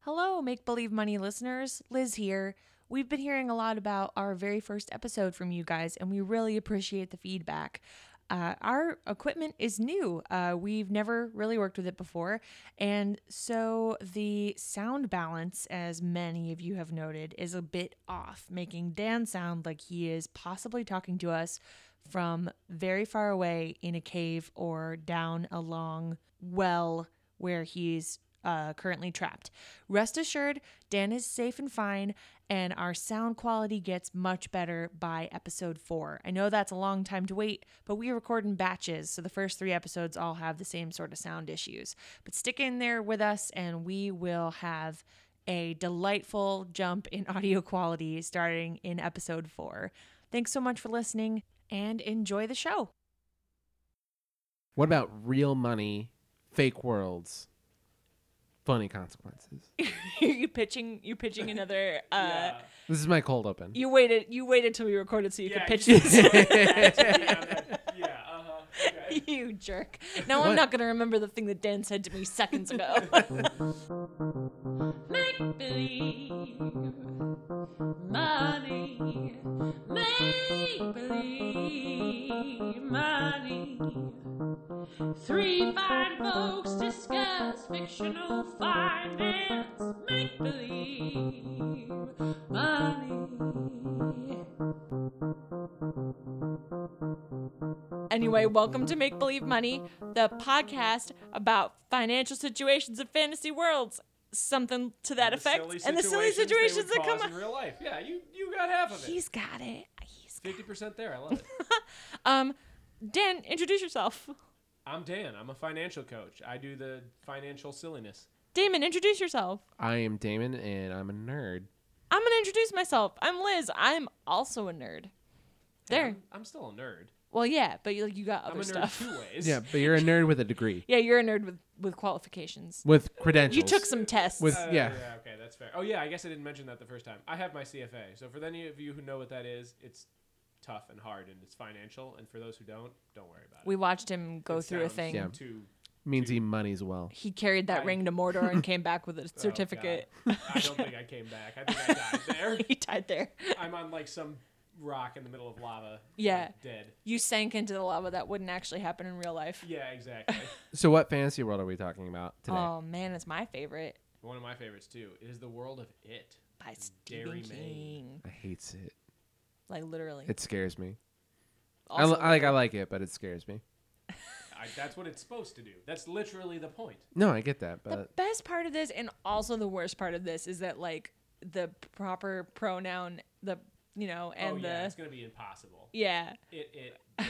Hello, make believe money listeners. Liz here. We've been hearing a lot about our very first episode from you guys, and we really appreciate the feedback. Uh, our equipment is new. Uh, we've never really worked with it before. And so the sound balance, as many of you have noted, is a bit off, making Dan sound like he is possibly talking to us from very far away in a cave or down a long well where he's uh, currently trapped. Rest assured, Dan is safe and fine, and our sound quality gets much better by episode four. I know that's a long time to wait, but we record in batches, so the first three episodes all have the same sort of sound issues. But stick in there with us, and we will have a delightful jump in audio quality starting in episode four. Thanks so much for listening and enjoy the show. What about real money, fake worlds, funny consequences? you pitching you pitching another uh This is my cold open. you waited you waited till we recorded so you could pitch you this. just- yeah, uh-huh. Okay. you jerk. Now I'm What? not going to remember the thing that Dan said to me seconds ago. Make believe money. Make believe money. Three fine folks discuss fictional finance. Make believe money. anyway, welcome to Make Believe Money, the podcast about financial situations of fantasy worlds, something to that effect, Silly and the silly they would situations that come cause in up. real life. Yeah, you you got half of it. He's got it. He's Fifty percent there. I love it. um Dan, introduce yourself. I'm Dan. I'm a financial coach. I do the financial silliness. Damon, introduce yourself. I am Damon and I'm a nerd. I'm going to introduce myself. I'm Liz. I'm also a nerd. Hey, There. I'm, I'm still a nerd. Well, yeah, but you, you got other I'm a nerd stuff. two ways. Yeah, but you're a nerd with a degree. yeah, you're a nerd with, with qualifications. With credentials. You took some tests. With- Uh, Yeah. yeah. Okay, that's fair. Oh yeah, I guess I didn't mention that the first time. I have my CFA. So for any of you who know what that is, it's tough and hard and it's financial. And for those who don't, don't worry about it. we watched him go It through a sounds thing. Yeah. Too means he monies well. He carried that I- ring to Mordor and came back with a oh, certificate. God. I don't think I came back. I think I died there. he died there. I'm on like some rock in the middle of lava. Yeah. like, dead. You sank into the lava. That wouldn't actually happen in real life. Yeah, exactly. So what fantasy world are we talking about today? Oh man, it's my favorite One of my favorites too is the world of it. by Stephen Dairy King. Maid. I hate it. Like literally. It scares me. I, Also- li- I like I like it, but it scares me. I, that's what it's supposed to do. That's literally the point. Oh, No, I get that, the but best part of this, and also the worst part of this, is that like the proper pronoun, the you know, and uh, oh the yeah, it's gonna be impossible. yeah, It it the it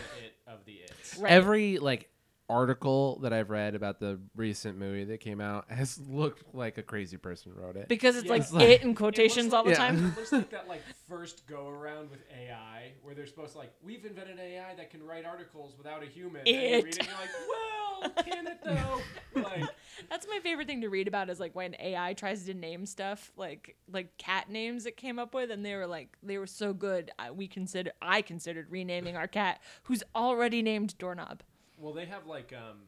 of the it. right. every like article that I've read about the recent movie that came out has looked like a crazy person wrote it. because it's Yeah. like It's like- it in quotations all the Yeah. time. It looks like that like first go around with AI where they're supposed to like we've invented AI that can write articles without a human. And you It. read it and you're like, well, can it though? Like That's my favorite thing to read about is like when AI tries to name stuff like like cat names it came up with and they were like they were so good I, we consider I considered renaming our cat who's already named doorknob. Well, they have like um,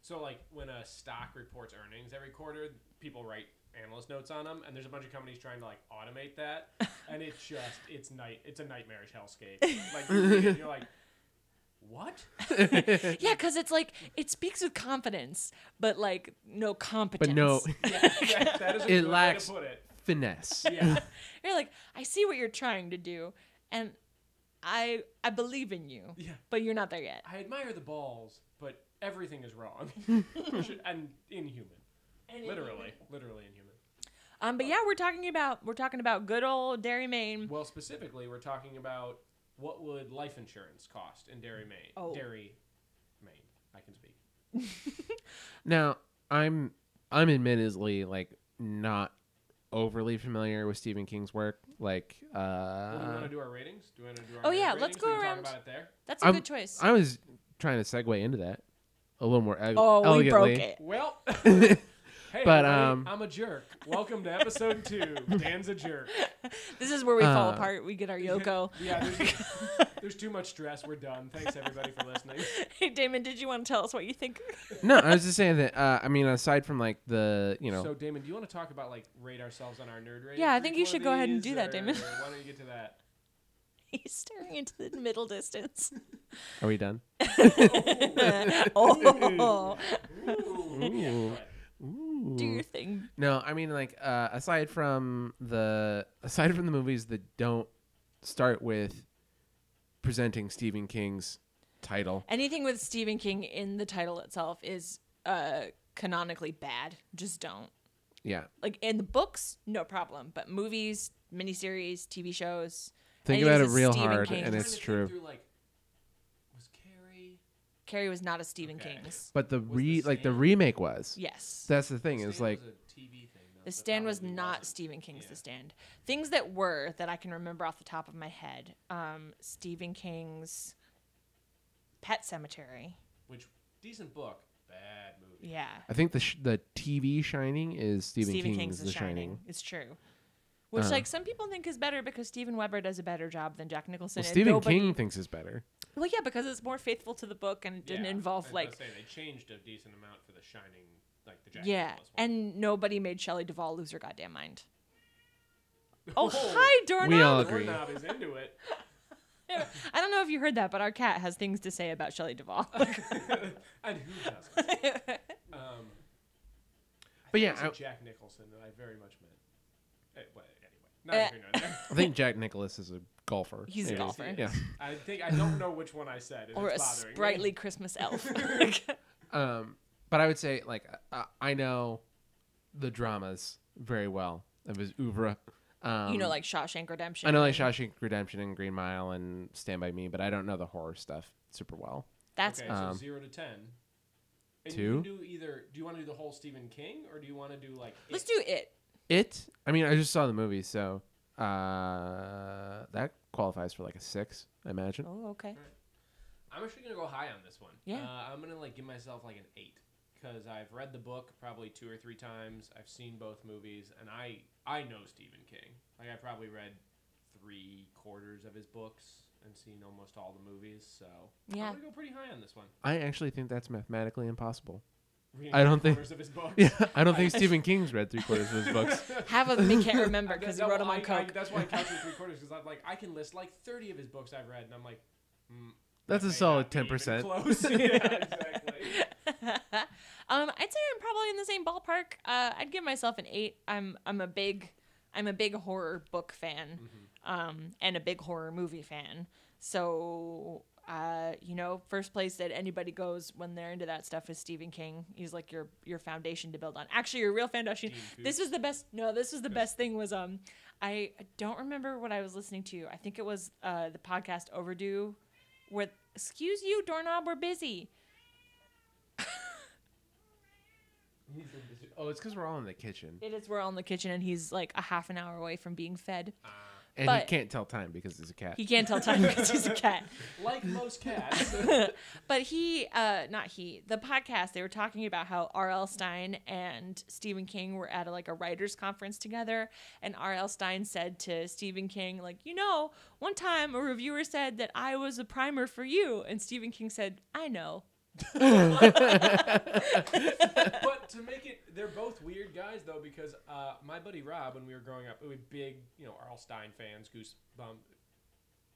so like when a stock reports earnings every quarter, people write analyst notes on them, and there's a bunch of companies trying to like automate that, and it's just it's night it's a nightmarish hellscape. Like you read it and you're like, what? Yeah, cuz it's like it speaks with confidence but like no competence. but no Yeah, yeah, that is a It good lacks- way to put it. finesse. Yeah, You're like I see what you're trying to do and I I believe in you. Yeah. But you're not there yet. I admire the balls, but everything is wrong and inhuman. Literally, literally inhuman. Um but yeah, we're talking about we're talking about good old Dairy Maine. Well, specifically, we're talking about what would life insurance cost in Dairy, Maine. Oh. Dairy, Maine. I can speak. Now, I'm I'm admittedly like not overly familiar with Stephen King's work. Like Well, do we want uh to do our ratings? Do we want to do our Oh, nerd yeah, let's ratings? go We can around- Talk about it there. That's a I'm- good choice. I was trying to segue into that a little more e- oh, we elegantly. broke it. Well, Hey, But, everybody, um, I'm a jerk. Welcome to episode two. Dan's a jerk. This is where we fall Uh, apart. We get our Yoko. Yeah, there's, there's too much stress. We're done. Thanks everybody for listening. hey, Damon, did you want to tell us what you think? No, I was just saying that. Uh, I mean, aside from like the you know, So Damon, do you want to talk about like rate ourselves on our nerd rating? Yeah, I for think each you one should of go ahead and these, do that, or Damon. Why don't you get to that? He's staring into the middle distance. are we done? oh, Ooh. Yeah, Ooh. go ahead. do your thing. No, I mean like uh, aside from the aside from the movies that don't start with presenting Stephen King's title. Anything with Stephen King in the title itself is uh, canonically bad. Just don't. Yeah, Like in the books, no problem, but movies, miniseries, TV shows. think anything about it that's real Stephen hard, King. and Trying it's to think true. Through, like, was Carrie? Carrie was not a Stephen Okay. King's. But the the re like the Stand? remake was. Yes. That's the thing The is Stand like was a TV thing, though, The so Stand was probably not wasn't. Stephen King's Yeah. The Stand. Things that were that I can remember off the top of my head. Um, Stephen King's Pet Cemetery. Which decent book, bad movie. Yeah. I think the sh- the TV Shining is Stephen, King's, The, Shining. It's true. Which Uh. like some people think is better because Steven Weber does a better job than Jack Nicholson. Well, and Stephen nobody- King thinks it's better. Well, yeah, because it's more faithful to the book and it didn't Yeah, I was involve about like to say, they changed a decent amount for the Shining, like the Jack yeah, Nicholas one. and nobody made Shelley Duvall lose her goddamn mind. Oh, hi, Dornob. We all The agree. doorknob is into it. I don't know if you heard that, but our cat has things to say about Shelley Duvall. and who doesn't? Um, I But think yeah, it's a I- Jack Nicholson that I very much meant. Eh, well, anyway, Eh. not here nor there. I think Jack Nicholas is a golfer. He's a Yeah. golfer. Yeah. I think I don't know which one I said. and or a it's bothering me. sprightly Christmas elf. Um, but I would say like uh, I know the dramas very well of his oeuvre. Um, you know, like Shawshank Redemption. I know like Shawshank Redemption and Green Mile and Stand by Me, but I don't know the horror stuff super well. That's Okay, Um, so zero to ten. And two? You can do either. Do you want to do the whole Stephen King, or do you want to do like? let's It? do it. It. I mean, I just saw the movie, so uh, that qualifies for like a six, I imagine. Oh, okay. I'm actually gonna go high on this one. Yeah. Uh, I'm gonna like give myself like an eight because I've read the book probably two or three times. I've seen both movies, and I I know Stephen King. Like I probably read three quarters of his books and seen almost all the movies. So Yeah. I'm gonna go pretty high on this one. I actually think that's mathematically impossible. Reading I don't three think- quarters of his books. Yeah, I don't think Stephen King's read three quarters of his books. Half of me can't remember I- because he that- wrote them I- on I- coke. that's why I counted three quarters because I'm like I can list like 30 of his books I've read, and I'm like, mm, That's that a may solid not be even 10%. Close. yeah, exactly. um, I'd say I'm probably in the same ballpark. Uh, I'd give myself an eight. I'm I'm a big I'm a big horror book fan, um, and a big horror movie fan. So, uh, you know, first place that anybody goes when they're into that stuff is Stephen King. He's like your your foundation to build on. Actually, your real foundation. Dean This was the best. No, this was the best thing. Was um, I don't remember what I was listening to. I think it was uh the podcast Overdue, where excuse you doorknob, we're busy. Oh, it's because we're all in the kitchen, It is. We're all in the kitchen, and he's like a half an hour away from being fed. and he But- can't tell time because he's a cat. He can't tell time because he's a cat. Like most cats, But he, uh, not he, the podcast, they were talking about how R.L. Stein and Stephen King were at a, like a writers' conference together, and R.L. Stein said to Stephen King, like, you know, one time a reviewer said that I was a primer for you, and Stephen King said, I know. but to make it, they're both weird guys though because uh, my buddy Rob, when we were growing up, we were big, you know, Arl Stein fans, Goosebump.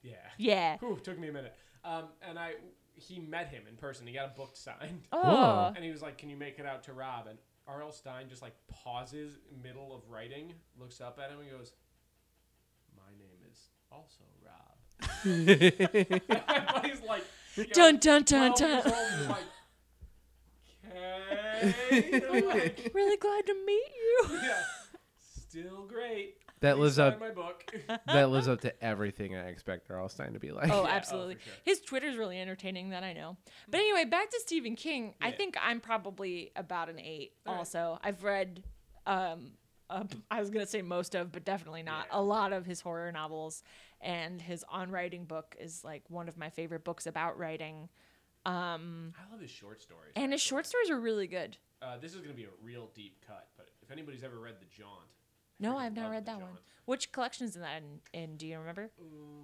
Yeah. Yeah. Whew, took me a minute. Um, and I, he met him in person. He got a book signed. Oh. And he was like, "Can you make it out to Rob?" And R.L. Stein just like pauses middle of writing, looks up at him, and goes, "My name is also Rob." My buddy's like, you know, Dun dun dun 12 years dun. old, he's like, "Okay," you know, like, really glad to meet you. yeah, still great. that Please lives sign up. my book. that lives up to everything I expect Earl Stein to be like. Oh, Yeah, oh, absolutely. for sure. His Twitter's really entertaining, that I know. But anyway, back to Stephen King. I Yeah. think I'm probably about an eight. All right. Also, I've read, um, uh, I was gonna say most of, but definitely not Yeah. a lot of his horror novels. And his on writing book is like one of my favorite books about writing. I love his short stories. And his short stories are really good. Uh, this is going to be a real deep cut, but if anybody's ever read The Jaunt, I No, freaking I've not love read The that one. Jaunt. Which collection is that in, in? Do you remember?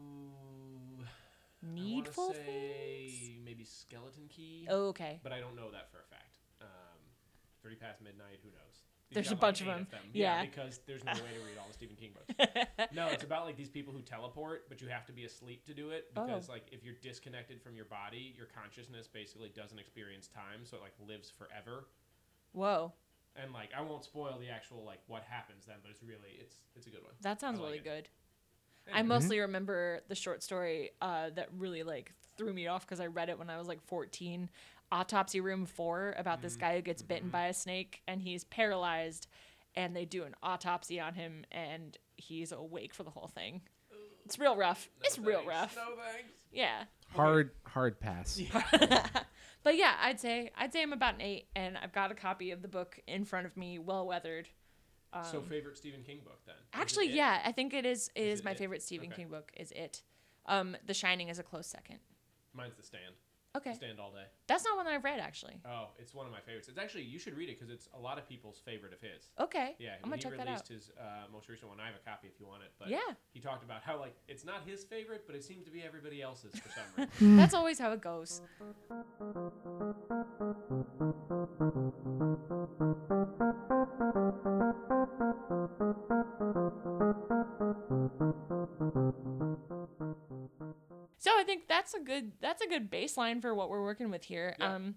Ooh, I wanna Needful say things. Maybe Skeleton Key. Oh, okay. But I don't know that for a fact. Um, Thirty Past Midnight. Who knows? You've There's got, a like, bunch of eight them. Yeah. because there's no way to read all the Stephen King books. no, it's about like these people who teleport, but you have to be asleep to do it Oh. because like if you're disconnected from your body, your consciousness basically doesn't experience time, so it like lives forever. Whoa, And like I won't spoil the actual like what happens then, but it's really it's it's a good one. that sounds I like really it. good. I Anyway. mostly remember the short story uh, that really like threw me off because I read it when I was like 14. Autopsy Room 4 about Mm-hmm. this guy who gets bitten by a snake and he's paralyzed and they do an autopsy on him and he's awake for the whole thing. It's real rough. No it's real thanks. rough. No thanks. Yeah. Hard, hard pass. but yeah, I'd say I'd say I'm about an 8 and I've got a copy of the book in front of me, well weathered. so favorite Stephen King book then? Is it Um, Actually, It? yeah, I think it is it is, Is it my It? favorite Stephen Okay. King book is it. Um The Shining is a close second. Mine's The Stand. Okay. The Stand all day. That's not one that I've read actually. Oh, it's one of my favorites. It's actually you should read it because it's a lot of people's favorite of his. Okay. Oh. Yeah, Oh, I'm when gonna he check that out. released his uh, most recent one. I have a copy if you want it. But Yeah. he talked about how like it's not his favorite, but it seems to be everybody else's for some reason. That's always how it goes. So I think that's a good that's a good baseline for what we're working with here. Yeah. Um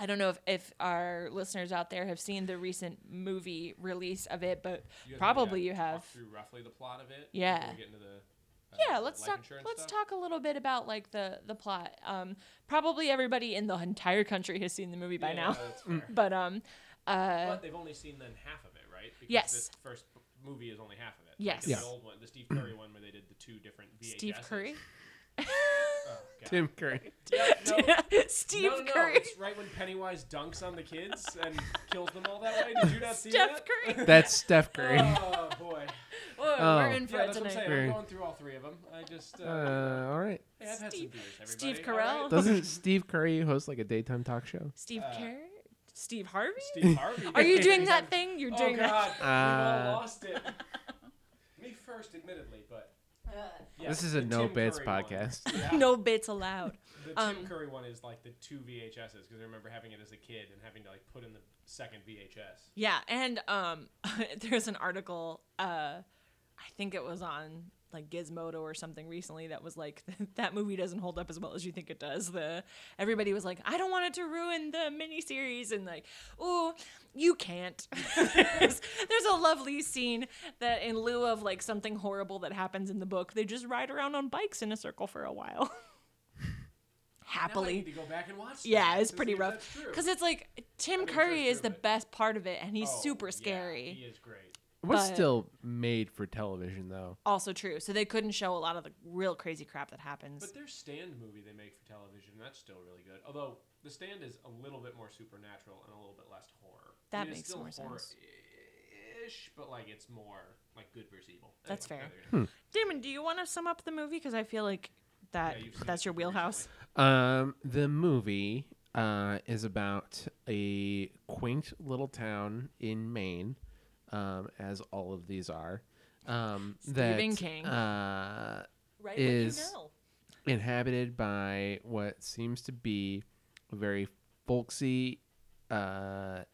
I don't know if, if our listeners out there have seen the recent movie release of it, but You guys wanna, probably uh, you have. walk through roughly the plot of it. Yeah. before we get into the. uh, yeah let's life talk insurance let's stuff? talk a little bit about like the the plot um probably everybody in the entire country has seen the movie by Yeah, now that's fair. but um uh but they've only seen then half of it, right? Because Yes. This first b- movie is only half of it. Yes. Like, it's Yeah. The old one, the Steve Curry one, where they did the two different VHS. steve curry Oh, Tim Curry. steve no, no, no, curry It's right when Pennywise dunks on the kids and kills them all that way. Did you not see Steph that? Curry. That's Steph Curry. Oh boy. Whoa, Oh. we're in for Yeah, it that's what I'm tonight. saying. Very- I'm going through all three of them. I Oh. just uh, Uh, all right. hey, I've had Steve- some beers, everybody. Steve all Carell. right? Doesn't Steve Curry host like a daytime talk show? Steve Uh, Curry? Steve Harvey? Steve Harvey. Are you did doing it. that thing? You're Oh doing God, we Uh, all lost it. Me first, admittedly, but yeah, This is a the no Tim bits Curry one. podcast. Yeah. that. Uh, No bits allowed. The Tim Um, Curry one is like the two VHSs because I remember having it as a kid and having to like put in the second VHS. Yeah, and um, there's an article. Uh, I think it was on like Gizmodo or something recently that was like that movie doesn't hold up as well as you think it does. The everybody was like, I don't want it to ruin the miniseries, and like, oh, you can't. there's, there's a lovely scene that in lieu of like something horrible that happens in the book, they just ride around on bikes in a circle for a while. Now I Happily. need to go back and watch. Yeah, that it's to pretty see if rough that's true. because it's like Tim mean, it's Curry very is the true, but- best part of it, and he's Oh, super yeah, scary. he is great. It was But- still made for television though. Also true. So they couldn't show a lot of the real crazy crap that happens. But their Stand movie they make for television, that's still really good. Although the Stand is a little bit more supernatural and a little bit less horror. That it's makes still more sense. horror-ish, but like it's more like good versus evil. That's Anyway, fair. there you go. Damon, do you want to sum up the movie? Because I feel like that Yeah, you've seen that's it your pretty wheelhouse. recently. Um, the movie uh, is about a quaint little town in Maine, um, as all of these are. Um, Stephen that, King. Uh, Right when you Is- know. inhabited by what seems to be a very folksy uh,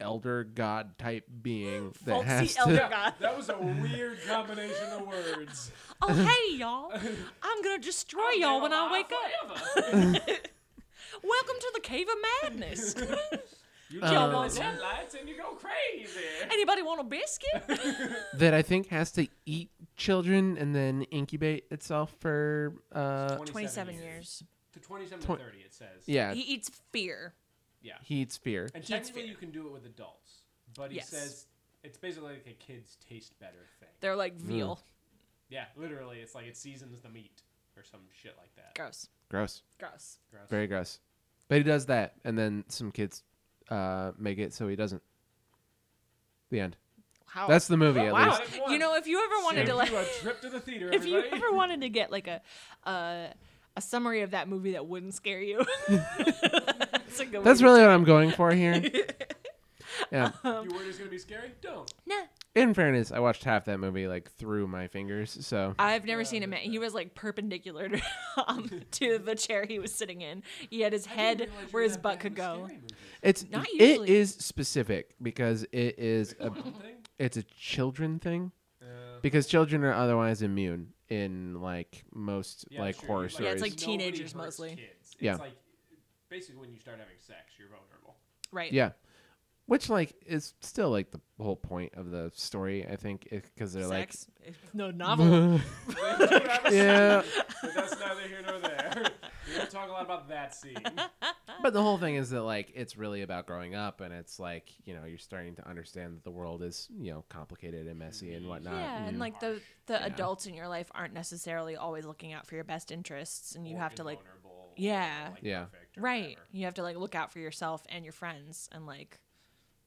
elder god type being that Folksy has to elder Yeah, God. that was a weird combination of words. Oh hey y'all! I'm gonna destroy y'all when I wake up. Welcome to the cave of madness. You Um, jump on the headlights and you go crazy. Anybody want a biscuit? that I think has to eat children and then incubate itself for uh, Twenty-seven years. To 27 Twen- to 30, it says. yeah He eats fear. Yeah. he eats fear. And He's technically, fair. you can do it with adults, but he Yes. says it's basically like a kid's taste better thing. They're like Mm. veal. yeah, literally, it's like it seasons the meat or some shit like that. Gross. Gross. Gross. Gross. Very gross. But he does that, and then some kids uh, make it so he doesn't. The end. How? That's the movie, at Oh. wow. least. At least. You know, if you ever wanted Save to like you a trip to the theater, if you everybody. ever wanted to get like a uh, a summary of that movie that wouldn't scare you, that's, a good way That's to- really what I'm going for here. Yeah. Um, you were just gonna be scary. Don't. Nah. In fairness, I watched half that movie like through my fingers, so I've never seen him. He was like perpendicular to, um, to the chair he was sitting in. He had his I didn't head realize you where were his that butt bad could with go. scary movies. it's Not it usually. is specific because it is a Thing? Uh, it's a children thing Yeah. because children are otherwise immune in like most Yeah, like sure, horror you- stories. Yeah, it's like nobody teenagers hurts mostly. Kids. Yeah. It's like basically when you start having sex, you're vulnerable. Right. Yeah. Which like is still like the whole point of the story, I think, because they're Sex. No like, novel. They do have a yeah. scene, but that's neither here nor there. We're gonna talk a lot about that scene. But the whole thing is that like it's really about growing up, and it's like you know you're starting to understand that the world is you know complicated and messy and whatnot. Mm-hmm. yeah, you and know. like the the Yeah. adults in your life aren't necessarily always looking out for your best interests, and you Or have to like invulnerable or, yeah. like, Yeah. perfect or right, whatever. you have to like look out for yourself and your friends, and like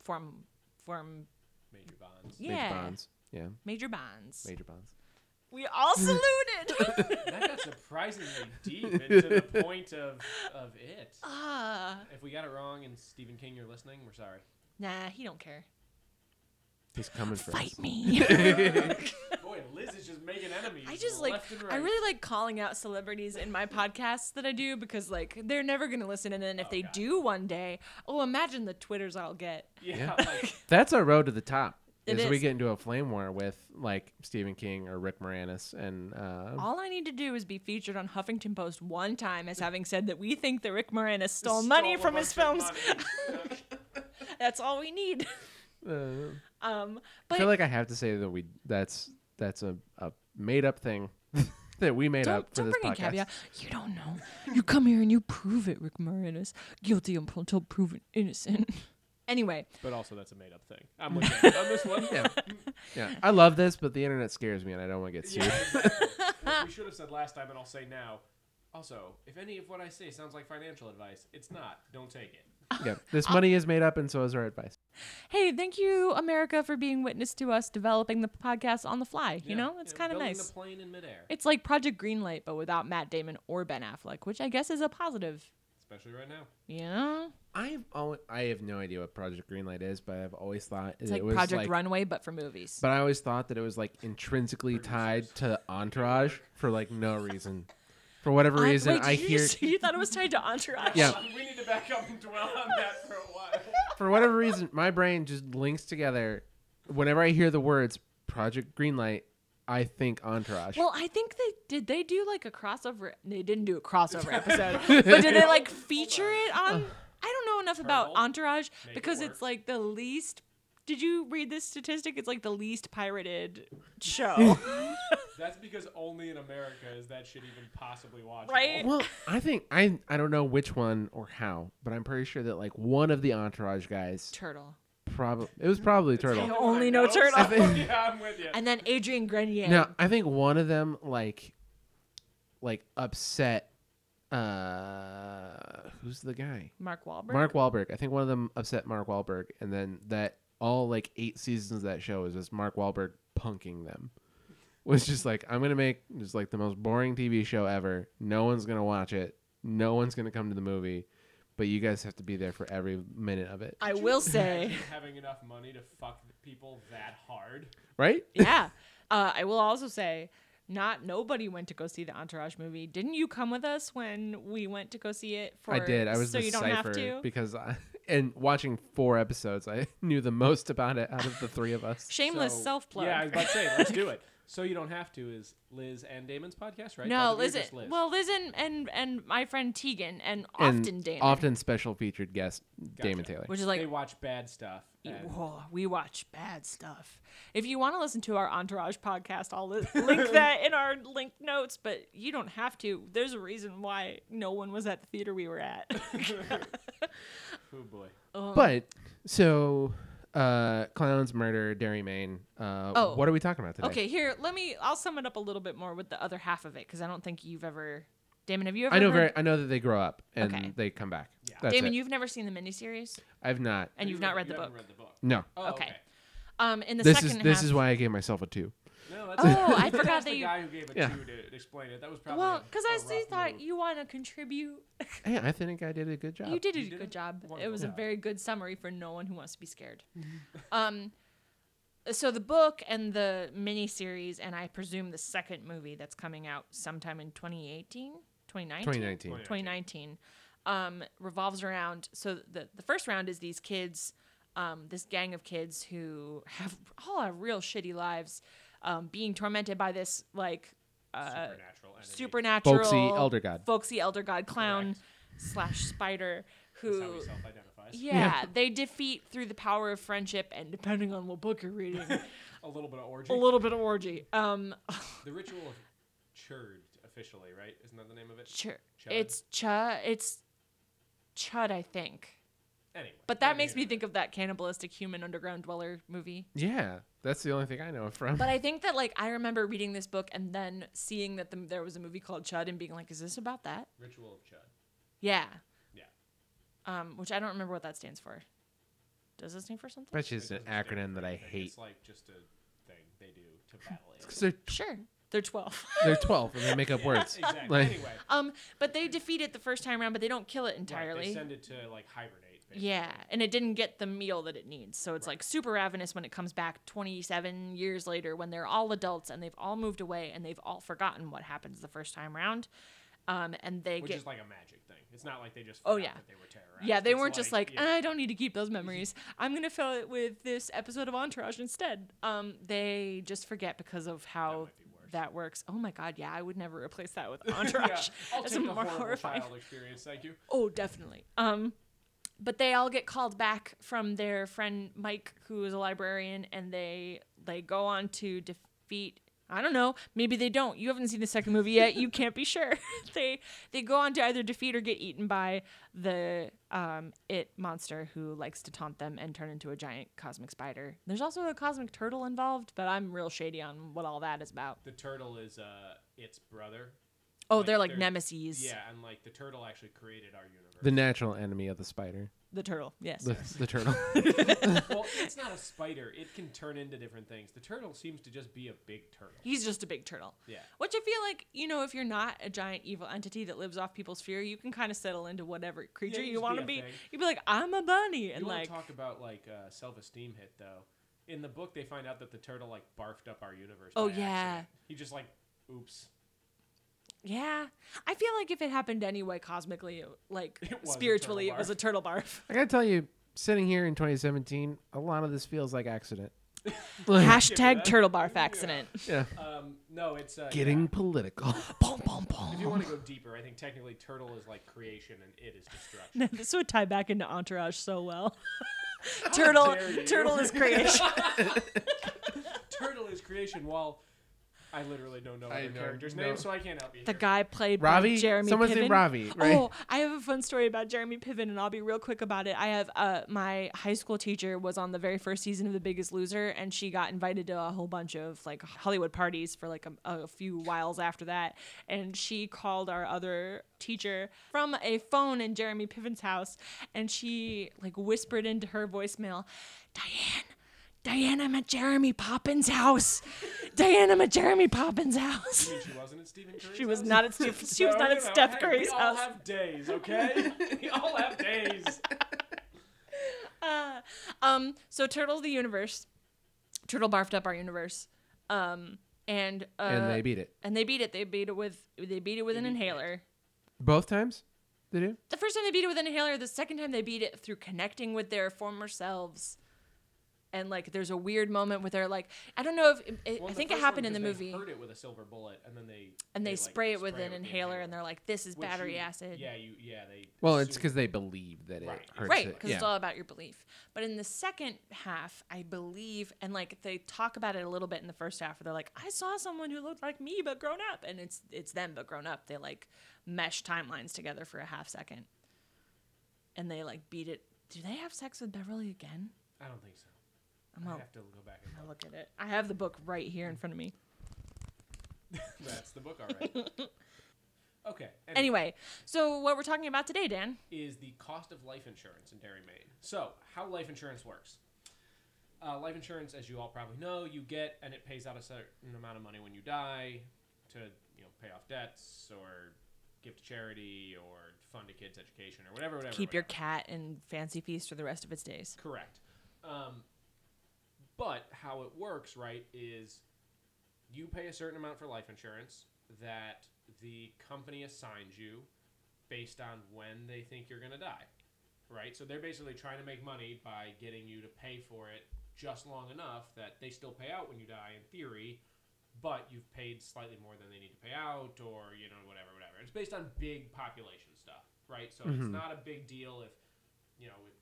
form form Major bonds. yeah major bonds. Yeah, major bonds. major bonds. We all saluted. That got surprisingly deep into the point of of it. Ah, If we got it wrong and Stephen King, you're listening, we're sorry. nah, he don't care. He's coming for us. Fight me. Boy, Liz is just making enemies. I just like left and right. I really like calling out celebrities in my podcasts that I do because like they're never gonna listen, and then if Oh, they God. do one day, oh imagine the twitters I'll get. yeah. Yeah. Like, That's our road to the top. It is we is. get into a flame war with like Stephen King or Rick Moranis and uh, All I need to do is be featured on Huffington Post one time as having said that we think that Rick Moranis stole, money stole a from his bunch films. of money. That's all we need. uh, Um, I but feel like I have to say that we that's that's a, a made up thing that we made up don't, for don't this bring in podcast. caveat. You don't know. You come here and you prove it, Rick Moranis. Guilty until proven innocent. Anyway, But also, that's a made up thing. I'm with you on this one. Yeah. Yeah, I love this, but the internet scares me, and I don't want to get sued. Yeah, exactly. Which we should have said last time, and I'll say now. Also, if any of what I say sounds like financial advice, it's not. Don't take it. yeah, this money is made up, and so is our advice. hey, thank you, America, for being witness to us developing the podcast on the fly. You Yeah. know, it's Yeah, kind of building nice. the plane in midair, It's like Project Greenlight, but without Matt Damon or Ben Affleck, which I guess is a positive. especially right now. You know, I've always, I have no idea what Project Greenlight is, but I've always thought it's that like it was Project like, Runway, but for movies. but I always thought that it was like intrinsically tied to Entourage for like no reason, for whatever Uh, reason. wait, I did you hear just- you thought it was tied to Entourage. Yeah. we need to back up and dwell on that for a while. for whatever reason, my brain just links together. Whenever I hear the words Project Greenlight, I think Entourage. Well, I think they did. They do like a crossover. They didn't do a crossover episode, but did they like feature it on? I don't know enough about Turtle? Entourage Make it because work. it's like the least. Did you read this statistic? It's like the least pirated show, That's because only in America is that shit even possibly watchable. right? Well, I think I I don't know which one or how, but I'm pretty sure that like one of the Entourage guys Turtle. probably it was probably Turtle. I Everyone only I know Turtle. I think- yeah, I'm with you. And then Adrian Grenier. Now, I think one of them like like upset uh who's the guy? Mark Wahlberg. Mark Wahlberg. I think one of them upset Mark Wahlberg and then that all like 8 seasons of that show is just Mark Wahlberg punking them. Was just like I'm going to make just like the most boring TV show ever. No one's going to watch it. No one's going to come to the movie, but you guys have to be there for every minute of it. I will say, Imagine having enough money to fuck people that hard. Right? yeah. Uh, I will also say, not nobody went to go see the Entourage movie. Didn't you come with us when we went to go see it? For I did. I was so the you don't cipher have to. because I and watching four episodes, I knew the most about it out of the three of us. Shameless So- self plug. Yeah, I was about to say, let's do it. So you don't have to is Liz and Damon's podcast, right? No, Both of you or Liz, just Liz. Well, Liz and, and and my friend Tegan and, And often Damon. often special featured guest Damon Gotcha. Taylor. which is they like watch bad stuff. and- whoa, we watch bad stuff. If you want to listen to our Entourage podcast, I'll li- link that in our link notes, but you don't have to. There's a reason why no one was at the theater we were at. Oh boy. But so, uh, clowns murder Derry Maine. Uh, Oh. what are we talking about today? okay, here, let me I'll sum it up a little bit more with the other half of it cuz I don't think you've ever Damon, have you ever I know heard- very. I know that they grow up and Okay. they come back. Yeah. That's Damon, it. you've never seen the miniseries I've not. and You you've not haven't- read the you haven't book. Read the book. No. Oh, okay. Um in Oh, the this second is this half is why I gave myself a two. No, that's Oh, that's I forgot that the you- guy who gave a Yeah. two to explain it. That was probably Well, because because I still thought you want to contribute. Hey, I think I Uh, did a good job. You did a You did good a job. It wonderful was a job. very good summary for no one who wants to be scared. um, so the book and the miniseries, and I presume the second movie that's coming out sometime in 2018, 2019? 2019. 2019 um, revolves around so the, the first round is these kids um, this gang of kids who have all have real shitty lives um, being tormented by this like uh, supernatural. entity. supernatural Folksy elder god. folksy elder god clown slash spider That's how who he self-identifies. yeah they defeat through the power of friendship and depending on what book you're reading A little bit of orgy. a little bit of orgy um The ritual of churd officially, right? Isn't that the name of it? chur- Chud. it's chud it's chud i think Anyway. But that we're makes me getting think of that cannibalistic human underground dweller movie. Yeah, that's the only thing I know it from. But I think that like I remember reading this book and then seeing that the, there was a movie called Chud and being like, is this about that? into it. Ritual of chud. Yeah. Yeah. Um, which I don't remember what that stands for. Does it stand for something? That's just an It doesn't stand acronym for that I anything. hate. It's like just a thing they do to battle it. Because they're, Sure. They're twelve. they're 12 and they make up words. exactly. Like, anyway, right, um, but they defeat it the first time around, but they don't kill it entirely. they send it to like hibernate. basically. yeah, and it didn't get the meal that it needs, so it's like super ravenous when it comes back 27 years later when they're all adults and they've all moved away and they've all forgotten what happens the first time round. Um, and they Which get is like a magic thing. It's not like they just Oh, forgot yeah. that they were terrorized. Yeah, they It's weren't just like, yeah. I don't need to keep those memories. I'm gonna fill it with this episode of Entourage instead. Um, they just forget because of how might be worse. that, works. Oh my god, yeah, I would never replace that with Yeah, Entourage. I'll "Ah, That's take the more horrible horrifying. child experience. Thank you. Oh, definitely. Um, but they all get called back from their friend Mike, who is a librarian, and they they go on to defeat. I don't know. Maybe they don't. You haven't seen the second movie yet. You can't be sure. they they go on to either defeat or get eaten by the um, it monster who likes to taunt them and turn into a giant cosmic spider. There's also a cosmic turtle involved, but I'm real shady on what all that is about. The turtle is uh, its brother. Oh, Like, they're like they're- nemesis. Yeah, and like the turtle actually created our universe. the natural enemy of the spider, The turtle. Yes. the, the turtle. well, it's not a spider. It can turn into different things. The turtle seems to just be a big turtle. He's just a big turtle. Yeah. Which I feel like, you know, if you're not a giant evil entity that lives off people's fear, you can kind of settle into whatever creature you you, just want to be be. a thing. You'd be like, I'm a bunny. you And want like, to talk about like uh, self-esteem hit though? In the book, they find out that the turtle like barfed up our universe. Oh, by yeah. accident. He just like, oops. yeah. I feel like if it happened anyway, cosmically, like It was a spiritually, turtle it was barf. a turtle barf. I gotta tell you, sitting here in 2017, a lot of this feels like accident. Hashtag that. turtle barf accident. Yeah, Um, no, it's uh, getting yeah. political. If you want to go deeper, I think technically turtle is like creation and it is destruction. this would tie back into Entourage so well. turtle, dare you. turtle is creation. turtle is creation. While I literally don't know I other know, characters' no. names, so I can't help you. The here. guy played Ravi? by Jeremy Someone say Piven. Ravi, right? Oh, I have a fun story about Jeremy Piven, and I'll be real quick about it. I have uh, my high school teacher was on the very first season of The Biggest Loser, and she got invited to a whole bunch of like Hollywood parties for like a, a few whiles after that. And she called our other teacher from a phone in Jeremy Piven's house, and she like whispered into her voicemail, "Diane." Diane, I'm at Jeremy Poppins' house. Diane, I'm at Jeremy Poppins' house. You mean she wasn't at Stephen Curry's She was house? not at Steve, she was No, not you at know, Steph hey, Curry's We all house. have days, okay? we all have days. Um, so Turtle of the Universe, Turtle barfed up our universe, um, and uh, and they beat it and they beat it. They beat it with they beat it with an inhaler. both times. They do. The first time they beat it with an inhaler. The second time they beat it through connecting with their former selves. And like, there's a weird moment where they're like, I don't know if it, it- Well, I in the think it first happened one, in the 'cause movie, They hurt it with a silver bullet, and then they and they, like, spray it with spray an with the inhaler, and they're like, this is Which battery you- acid. Yeah, you. Yeah, they. Well, it's assume- because they believe that it Right. hurts right it. because it's all about your belief but in the second half i believe and like they talk about it a little bit in the first half where they're like i saw someone who looked like me but grown up and it's it's them but grown up they like mesh timelines together for a half second and they like beat it do they have sex with beverly again I don't think so. i'm I gonna have to go back and I'll look. look at it i have the book right here in front of me That's the book already. okay. anyway so what we're talking about today dan is the cost of life insurance in Dairy Maine. So, how life insurance works. uh, life insurance, as you all probably know, you get and it pays out a certain amount of money when you die to you know pay off debts or give to charity or fund a kid's education or whatever. Whatever. Keep your whatever. cat in fancy feast for the rest of its days. Correct. Um, but how it works, right, is you pay a certain amount for life insurance that the company assigns you based on when they think you're going to die, right? So they're basically trying to make money by getting you to pay for it just long enough that they still pay out when you die in theory, but you've paid slightly more than they need to pay out or, you know, whatever, whatever. It's based on big population stuff, right? So it's not a big deal if, you know, if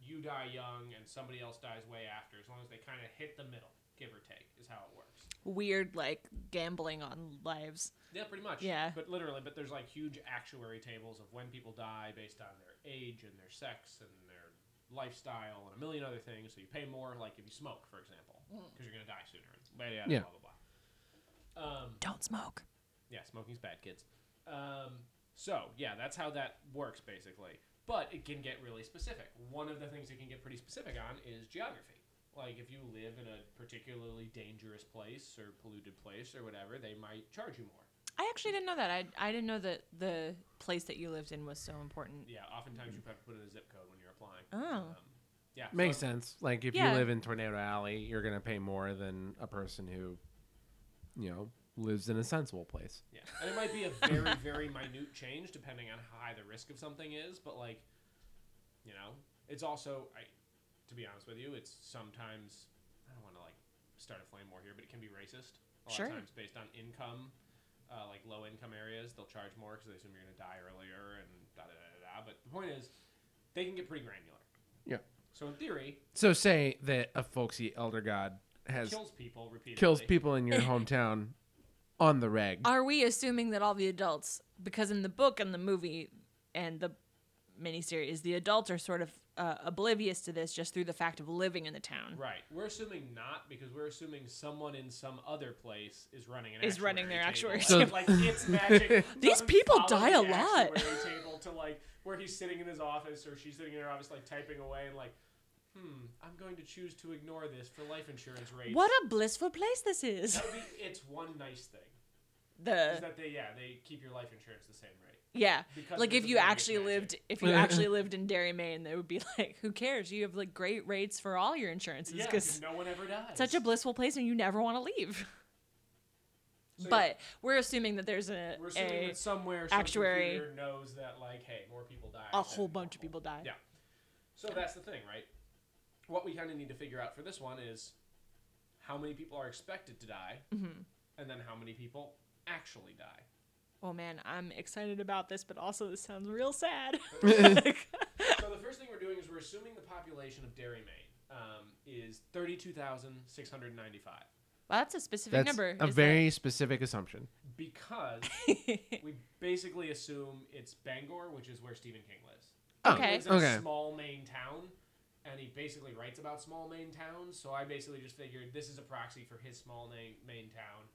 you die young and somebody else dies way after, as long as they kind of hit the middle, give or take, is how it works. Weird, like gambling on lives. Yeah, pretty much. Yeah. But literally, but there's like huge actuary tables of when people die based on their age and their sex and their lifestyle and a million other things. So you pay more, like if you smoke, for example, because you're going to die sooner. and Blah, blah, blah, Yeah. blah, blah, blah. Um, Don't smoke. yeah, smoking's bad, kids. Um, so yeah, that's how that works basically. But it can get really specific. One of the things it can get pretty specific on is geography. Like if you live in a particularly dangerous place or polluted place or whatever, they might charge you more. I actually didn't know that. I, I didn't know that the place that you lived in was so important. Yeah, oftentimes you have to put in a zip code when you're applying. Oh. Um, yeah, so Makes sense. Like if Yeah. you live in Tornado Alley, you're gonna pay more than a person who, you know, lives in a sensible place. Yeah, and it might be a very, very minute change depending on how high the risk of something is, but like, you know, it's also, I, to be honest with you, it's sometimes I don't want to like start a flame war here, but it can be racist. A lot Sure. of times, based on income, uh, like low income areas, they'll charge more because they assume you're going to die earlier and da da da da da. But the point is, they can get pretty granular. Yeah. So in theory, So say that a folksy elder god has kills, kills people repeatedly. people in your hometown on the reg. Are we assuming that all the adults, because in the book and the movie and the miniseries, the adults are sort of uh, oblivious to this just through the fact of living in the town? Right. We're assuming not because we're assuming someone in some other place is running an Is running their actuary actuaries. table. like it's magic. These doesn't people follow die a the lot. actuary Table to like where he's sitting in his office or she's sitting in her office like typing away and like, hmm, I'm going to choose to ignore this for life insurance rates. What a blissful place this is. That would be- it's one nice thing is The that they yeah they keep your life insurance the same rate. yeah, because like there's if a you thing that's actually magic. lived, if you actually lived in Derry, Maine, they would be like, who cares? You have like great rates for all your insurances Yeah, because 'cause no one ever dies. such a blissful place and you never want to leave. So, yeah, but we're assuming that there's a we're assuming a, that somewhere some actuary- computer knows that like hey more people die a than whole bunch of people normal. die. Yeah. So that's the thing, right? What we kind of need to figure out for this one is how many people are expected to die, and then how many people actually die. Oh man, I'm excited about this, but also this sounds real sad. so the first thing we're doing is we're assuming the population of Derry, Maine, um, is thirty-two thousand six hundred ninety-five. Well, that's a specific That's number. a is very specific assumption. Because we basically assume it's Bangor, which is where Stephen King lives. Oh, Okay. He lives in okay. a small Maine town, and he basically writes about small Maine towns. So I basically just figured this is a proxy for his small name, Maine town.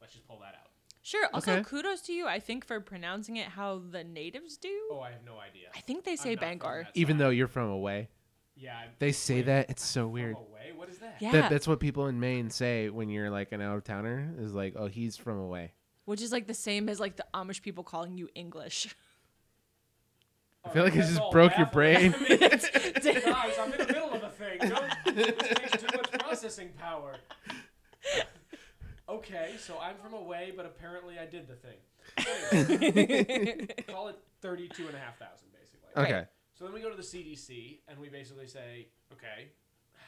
Let's just pull that out. that- Sure. Also, Okay. kudos to you, I think, for pronouncing it how the natives do. Oh, I have no idea. I think they I'm say not from Bangar. that Even side. though you're from away, yeah, I'm they say Wait. that. It's so from weird. away. What is that? Oh, Yeah. That, that's what people in Maine say when you're like an out of towner is like, oh, he's from away. Which is like the same as like the Amish people calling you English. I feel like I That's just all broke your baffling. brain. I mean, it's- guys, I'm in the middle of a thing. Don't, this takes too much processing power. Okay, so I'm from away, but apparently I did the thing. Anyway, call it 32 and a half thousand, basically. Okay. So then we go to the CDC and we basically say, okay,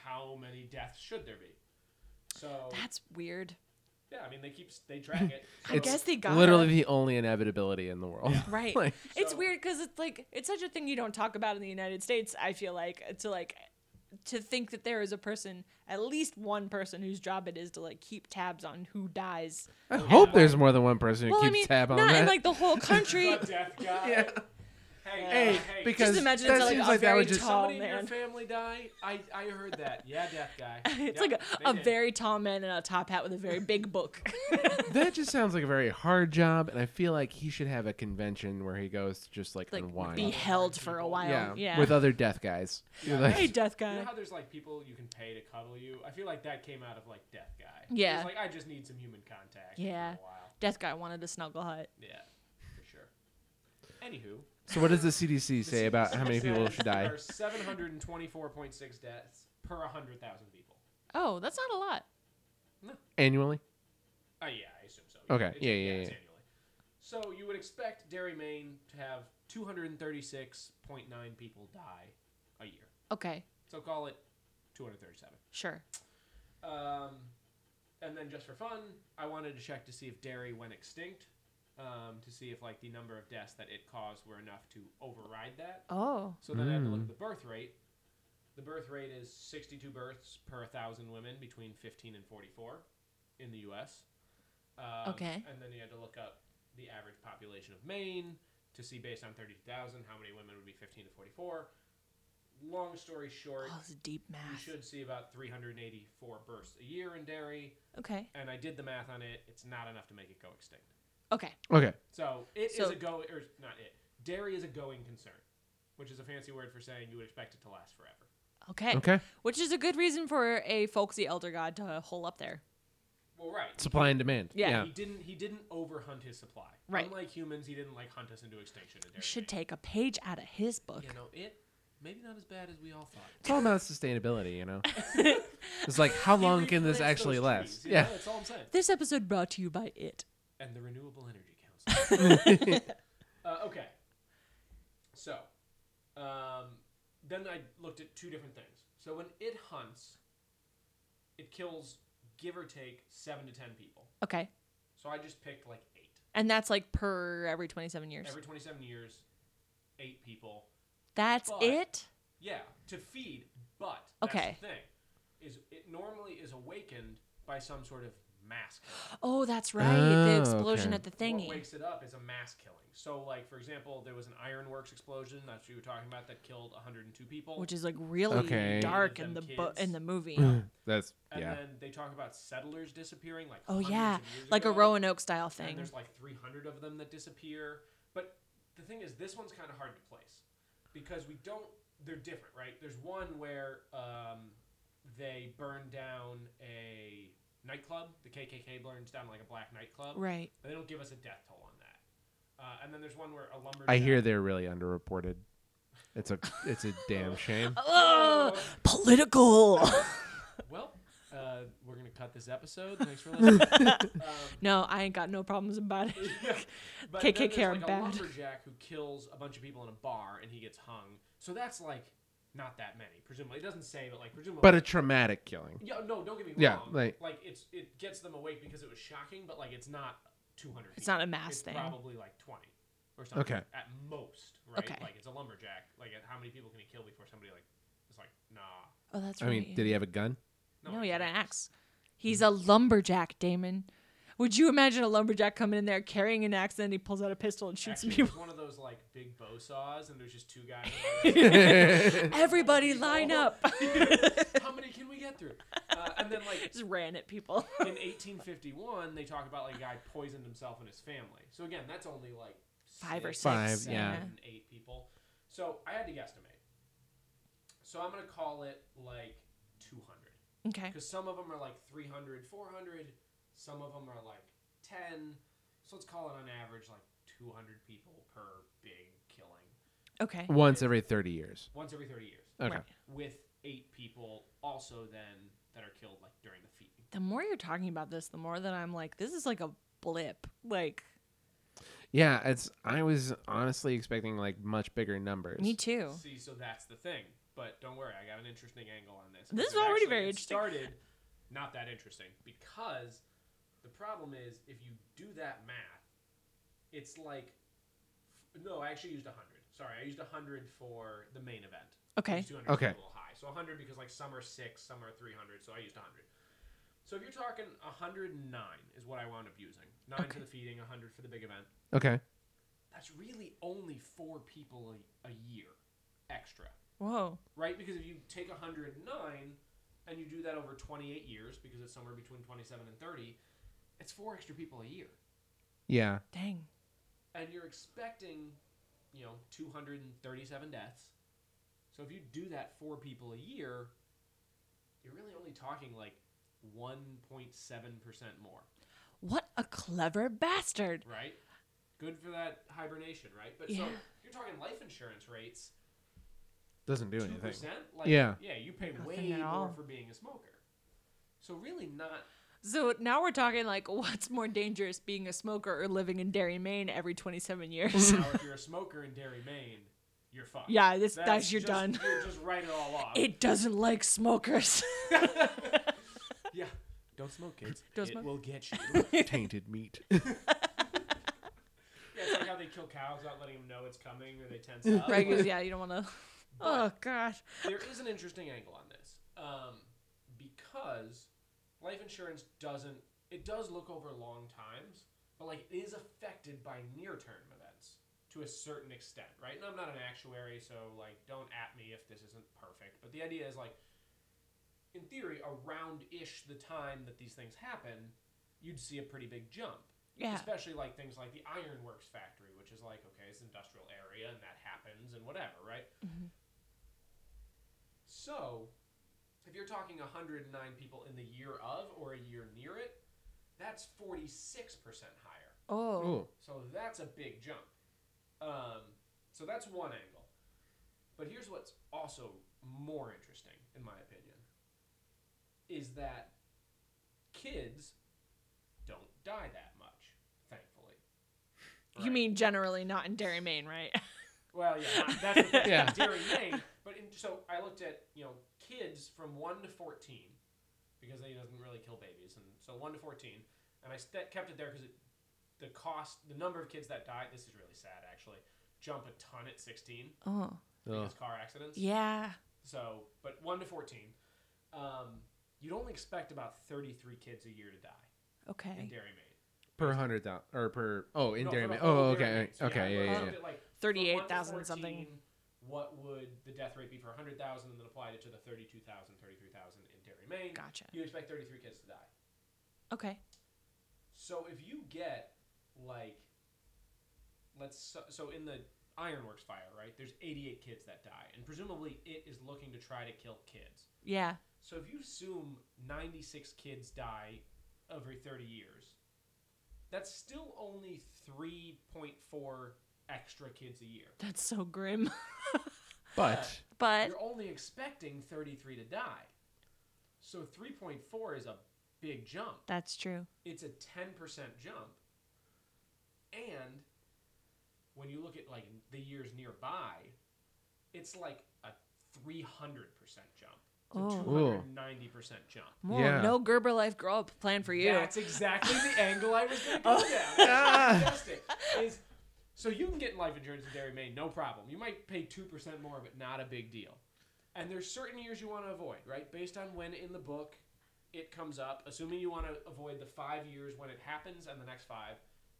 how many deaths should there be? So That's weird. yeah, I mean they keep they track it. So I guess they got Literally the only inevitability in the world. Right. Like- it's So- weird because it's like it's such a thing you don't talk about in the United States. I feel like to like to think that there is a person, at least one person, whose job it is to like keep tabs on who dies. I hope there's more than one person who Well, keeps I mean, tab on not that. in like the whole country. the death guy. Hey, Hey, hey, hey. because Just imagine that it's like seems a like that very would just tall- somebody in your man. family die. I I heard that. Yeah, death guy. It's Yep, like they a, a did. very tall man in a top hat with a very big book. that just sounds like a very hard job, and I feel like he should have a convention where he goes to just like, like unwind. be held for a while. yeah, Yeah. with other death guys. You're like- hey, death You know guy. how there's like people you can pay to cuddle you? I feel like that came out of like Death Guy. Yeah. It's like I just need some human contact. Yeah. For a while. Death guy wanted to snuggle hut. Yeah. For sure. Anywho, so what does the CDC say about how many people should die? There are 724.6 deaths per 100,000 people. Oh, that's not a lot. Annually? Oh yeah, I assume so. Okay, It's- yeah, yeah, it's yeah. annually. So you would expect Dairy Maine to have 236.9 people die a year. Okay, So call it 237. sure. Um, and then just for fun, I wanted to check to see if dairy went extinct, um, to see if like the number of deaths that it caused were enough to override that. Oh, So then I had to look Mm. at the birth rate. The birth rate is 62 births per 1,000 women between 15 and 44 in the U.S. Um, Okay. And then you had to look up the average population of Maine to see based on 32,000 how many women would be 15 to 44. Long story short, oh, it's deep you math. should see about 384 births a year in dairy, Okay, and I did the math on it. It's not enough to make it go extinct. okay, Okay. So it is So- a go or not it. Dairy is a going concern, which is a fancy word for saying you would expect it to last forever. okay. Okay. Which is a good reason for a folksy elder god to hole up there. Well, right. Supply and demand. Yeah. He didn't. He didn't overhunt his supply. Right. Unlike humans, he didn't like hunt us into extinction. in We dairy should maine. take a page out of his book. You know it. Maybe not as bad as we all thought. It's all about sustainability, you know. it's like how He long can replants this those actually trees, last? you Yeah. know? That's all I'm saying. This episode brought to you by it. and the Renewable Energy Council. uh, okay. So, um, then I looked at two different things. So when it hunts, it kills give or take seven to ten people. Okay, So I just picked like eight. and that's like per every 27 years. Every 27 years, eight people. that's but- it. Yeah, to feed, but that's Okay. the thing is it normally is awakened by some sort of mass killing. Oh, that's right. the Oh, explosion okay. at the thingy. What wakes it up is a mass killing. So, like for example, there was an ironworks explosion that's what you were talking about that killed 102 people. which is like really Okay. Mm. dark Them in the bu- kids. in the movie. That's and yeah. then they talk about settlers disappearing, like oh hundreds yeah, of years like a ago, Roanoke style And thing. there's like 300 of them that disappear. But the thing is, this one's kind of hard to place because we don't. They're different, right? There's one where um, they burn down a nightclub. The KKK burns down like a black nightclub. Right. But they don't give us a death toll on that. Uh, and then there's one where a lumberjack. I hear they're really underreported. It's a it's a damn shame. Oh. Ugh, political. Well, uh, we're gonna cut this episode. Thanks for listening. um, no, I ain't got no problems about it. but then KKK there's, are like a bad. lumberjack who kills a bunch of people in a bar and he gets hung. So that's like not that many, presumably. It doesn't say, but like presumably. But a traumatic killing. yeah, no, don't get me wrong. Yeah, like- it's it gets them awake because it was shocking, but like it's not 200. It's people. not a mass It's thing. Probably like 20 or something. Okay. At most, right? Okay. Like it's a lumberjack. Like how many people can he kill before somebody like is like nah? Oh, that's I right. mean, did he have a gun? no, he had an axe. axe. He's a lumberjack, Damon. Would you imagine a lumberjack coming in there carrying an axe, and he pulls out a pistol and shoots Actually, it was people? one of those like big bow saws, and there's just two guys. Everybody line up. How many can we get through? Uh, and then like Just ran at people. in 1851, they talk about like a guy poisoned himself and his family. So again, that's only like Five or six, Five, six. seven, yeah. eight people. So I had to guesstimate. So I'm gonna call it like 200 Okay. because some of them are like 300, 400. Some of them are like 10. So let's call it on average like 200 people per big killing Okay. Once every thirty years. once every 30 years. Okay. Right. with eight people also then that are killed like during the feeding. The more you're talking about this, the more that I'm like, this is like a blip. Like, Yeah, it's I was honestly expecting like much bigger numbers. me too. See, so that's the thing. But don't worry, I got an interesting angle on this. This is Because already actually very it interesting. Started not that interesting because the problem is if you do that math, it's like no, I actually used 100. Sorry, I used 100 for the main event. Okay. Because 200 is Okay. a little high. So 100 because like some are 6, some are 300, so I used 100. So if you're talking 109 is what I wound up using. 9 for the feeding, 100 for the big event. Okay. that's really only four people a, a year extra, Whoa. right? Because if you take 109 and you do that over 28 years, because it's somewhere between 27 and 30, it's four extra people a year. Yeah. Dang. and you're expecting, you know, 237 deaths. So if you do that four people a year, you're really only talking like 1.7% more, What a clever bastard. right? Good for that hibernation, right? But so Yeah. you're talking life insurance rates, Doesn't do 2%, anything. like Yeah. yeah, you pay Nothing way at more all. for being a smoker. So really not So now we're talking like what's more dangerous, being a smoker or living in Derry, Maine every 27 years? now if you're a smoker in Derry, Maine, you're fucked. Yeah, this- that's- you're just, done. You're just write it all off. it doesn't like smokers. yeah. Don't smoke, kids. Don't it smoke. will get you. Tainted meat. Yeah, it's like how they kill cows, not letting them know it's coming, or they tense up. right? 'cause, Like, yeah, you don't want to. Oh, gosh. there is an interesting angle on this um, because life insurance doesn't. It does look over long times, but like it is affected by near-term events to a certain extent, right? And I'm not an actuary, so like don't at me if this isn't perfect. But the idea is like, in theory, around ish the time that these things happen, you'd see a pretty big jump. Yeah. Especially like things like the ironworks factory, which is like, okay, it's an industrial area and that happens and whatever, right? So, if you're talking 109 people in the year of or a year near it, that's 46% higher. Oh. Ooh. So that's a big jump. Um, so that's one angle. But here's what's also more interesting, in my opinion, is that kids don't die that much, thankfully. You Right. mean generally not in Derry, Maine, right? Well, yeah, not- that's the thing. Yeah. Dairy Maine. But in, so I looked at you know kids from one to fourteen because they doesn't really kill babies, and so one to fourteen, and I st- kept it there because the cost, the number of kids that die. This is really sad, actually. Jump a ton at sixteen Oh. Ugh. because car accidents. Yeah. So, but one to fourteen, um, you'd only expect about thirty-three kids a year to die in Okay. Dairy Maine. Per hundred thousand or per oh in No, Derry for the Maine. whole Oh Dairy okay Maine. So, okay I yeah yeah, looked yeah. at, like, from 38,000 1 to something. 14, What would the death rate be for 100,000 and then applied it to the 32,000, 33,000 in Dairy Maine? Gotcha. You expect 33 kids to die. Okay. So if you get like, let's so, so in the ironworks fire, right? There's 88 kids that die, and presumably it is looking to try to kill kids. Yeah. So if you assume 96 kids die every 30 years, that's still only 3.4 extra kids a year. That's so grim. But But you're only expecting 33 to die. So 3.4 is a big jump. that's true. It's a 10% jump. And when you look at like the years nearby, it's like a 300% jump. So Oh. 290% jump. More Yeah. no Gerber life grow up plan for you. Oh, That's exactly the angle I was going to go down. That's fantastic. Is- so you can get life insurance in Dairy Maine, no problem. You might pay two percent more, but not a big deal. And there's certain years you want to avoid, right? Based on when in the book it comes up, assuming you want to avoid the five years when it happens and the next five.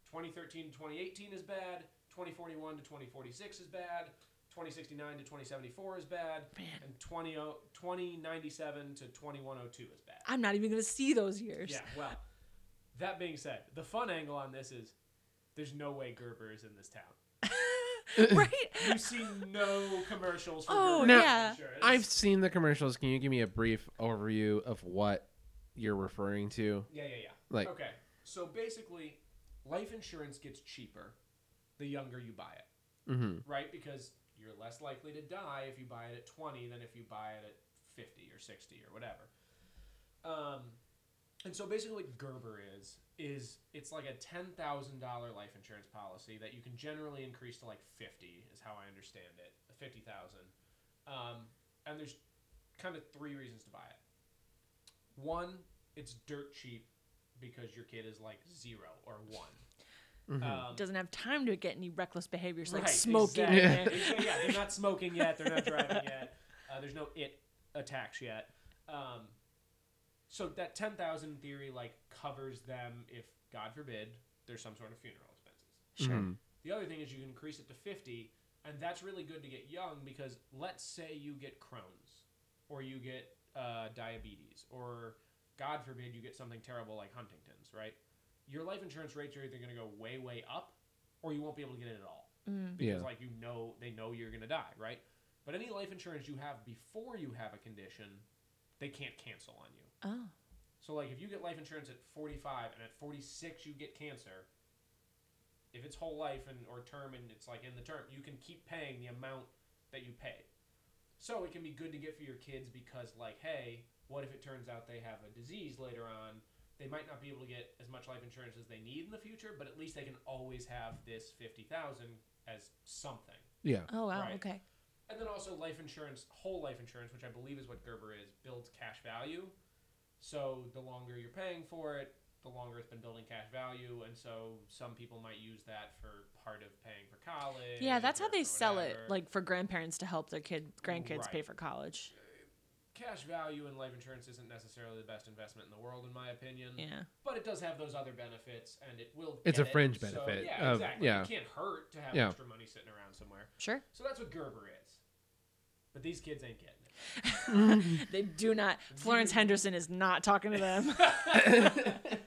2013 to 2018 is bad. 2041 to 2046 is bad. 2069 to 2074 is bad. Man. And 20, 2097 to 2102 is bad. I'm not even going to see those years. Yeah, well, that being said, the fun angle on this is there's no way Gerber is in this town. right? You see no commercials for Oh, Gerber Now, yeah. insurance. I've seen the commercials. Can you give me a brief overview of what you're referring to? yeah, yeah, yeah. Like- okay, so basically, life insurance gets cheaper the younger you buy it, Mm-hmm. right? Because you're less likely to die if you buy it at 20 than if you buy it at 50 or 60 or whatever. Um, and so basically, what Gerber is is it's like a ten thousand dollar life insurance policy that you can generally increase to like fifty is how I understand it, fifty thousand. Um, and there's kind of three reasons to buy it. One, it's dirt cheap because your kid is like zero or one. mm-hmm, Um, Doesn't have time to get any reckless behaviors like Right, smoking. exactly. Yeah. they're not smoking yet. They're not driving yet. Uh, there's no it attacks yet. Um, so that ten thousand in theory like covers them if God forbid there's some sort of funeral expenses. Sure. Mhm. The other thing is you can increase it to 50, and that's really good to get young because let's say you get Crohn's or you get uh, diabetes or God forbid you get something terrible like Huntington's, right? Your life insurance rates are either going to go way, way up or you won't be able to get it at all Mm. because Yeah. like you know they know you're going to die, right? But any life insurance you have before you have a condition, they can't cancel on you. Oh. So like if you get life insurance at 45 and at 46 you get cancer, if it's whole life and or term and it's like in the term, you can keep paying the amount that you pay. So it can be good to get for your kids because like hey, what if it turns out they have a disease later on? They might not be able to get as much life insurance as they need in the future, but at least they can always have this 50,000 as something. Yeah. Oh wow. Right. Okay. And then also life insurance, whole life insurance, which I believe is what Gerber is, builds cash value. So the longer you're paying for it, the longer it's been building cash value, and so some people might use that for part of paying for college. Yeah, that's how or they for sell it, whatever. like for grandparents to help their kid grandkids Right. pay for college. cash value in life insurance isn't necessarily the best investment in the world, in my opinion. Yeah. But it does have those other benefits, and it will. It's a get it, fringe so- benefit yeah, of- exactly. yeah. It can't hurt to have Yeah. extra money sitting around somewhere. Sure. So that's what Gerber is. But these kids ain't getting it. They do not Florence Henderson is not talking to them.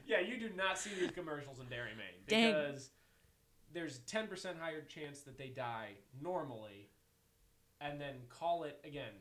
Yeah, you do not see these commercials in Dairy Maine Dang. because there's ten percent higher chance that they die normally, and then call it again.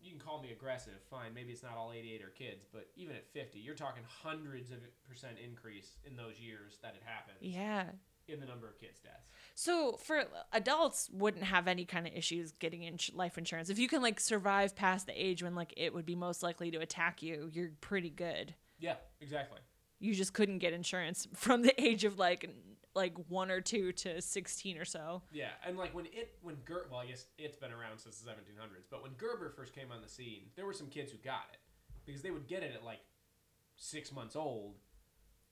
You can call me aggressive, fine. Maybe it's not all 88 are kids, but even at 50, you're talking hundreds of percent increase in those years that it happened Yeah. in the number of kids' deaths. So for adults, wouldn't have any kind of issues getting in life insurance. If you can like survive past the age when like it would be most likely to attack you, you're pretty good. Yeah, exactly. You just couldn't get insurance from the age of like n- like one or two to sixteen or so. Yeah, and like when it when Ger well, I guess it's been around since the 1700s, but when Gerber first came on the scene, there were some kids who got it because they would get it at like six months old,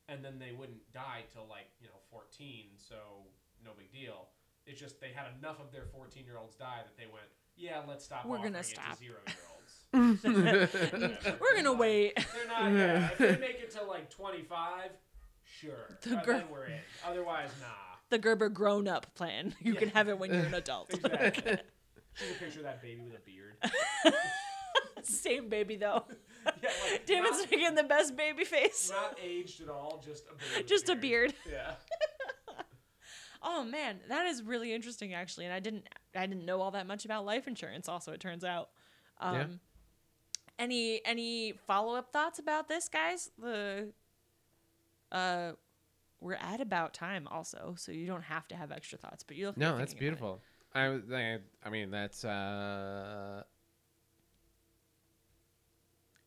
and then they wouldn't die till like you know 14, so no big deal. It's just they had enough of their 14 year olds die that they went, yeah, let's stop. We're gonna offering it to stop." zero year olds. We're gonna wait. They're not. Yeah, if they make it to like 25, sure, The Uh, Ger- then we're in. Otherwise, nah. The Gerber grown up plan. You can have it when you're an adult. Exactly. Can you picture that baby with a beard? Same baby though. Yeah, like, David's not, making the best baby face. not aged at all, just a beard. with Just a Yeah. Oh man, that is really interesting actually, and I didn't I didn't know all that much about life insurance. Also, it turns out. Um, Yeah. Any any follow up thoughts about this, guys? The uh, we're at about time also, so you don't have to have extra thoughts, but you look. No, you're that's thinking about beautiful. I was. I, I mean, that's. uh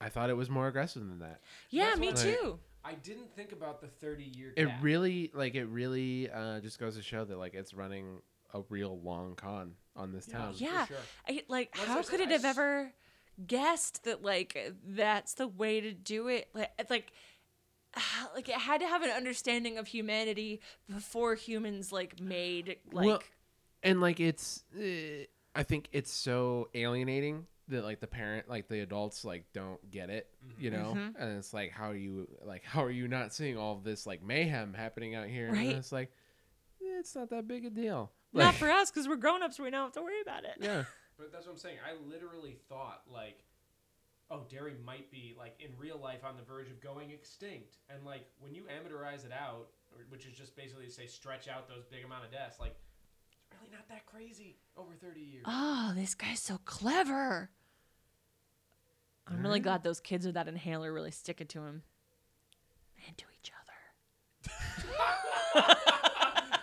I thought it was more aggressive than that. it. Yeah, That's me what- too. I didn't think about the 30 year It gap. really, like, it really uh, just goes to show that, like, it's running a real long con on this town. for yeah, sure. I, like Once how I said could it I have s- ever guessed that like that's the way to do it? Like it's like ah, like it had to have an understanding of humanity before humans like made like Well, and like it's uh, i think it's so alienating that like the parent like the adults like don't get it Mm-hmm. you know and it's like how are you like how are you not seeing all this like mayhem happening out here Right. and it's like eh, it's not that big a deal not Like, for us because we're grown ups. We don't have to worry about it. yeah But that's what I'm saying. I literally thought, like, oh, dairy might be, like, in real life on the verge of going extinct. And, like, when you amateurize it out, or- which is just basically to say stretch out those big amount of deaths, like, it's really not that crazy over 30 years. Oh, this guy's so clever. I'm really glad those kids with that inhaler really stick it to him and to each other.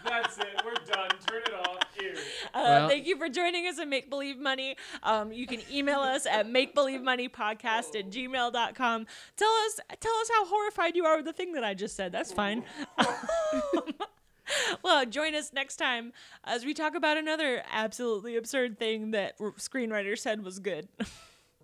That's it. We're done. Turn it off. Ew. Uh, Well- thank you for joining us at Make Believe Money. Um, you can email us at makebelievemoneypodcast at gmail.com. Tell us, tell us how horrified you are with the thing that I just said. That's fine. well, join us next time as we talk about another absolutely absurd thing that r- screenwriter said was good.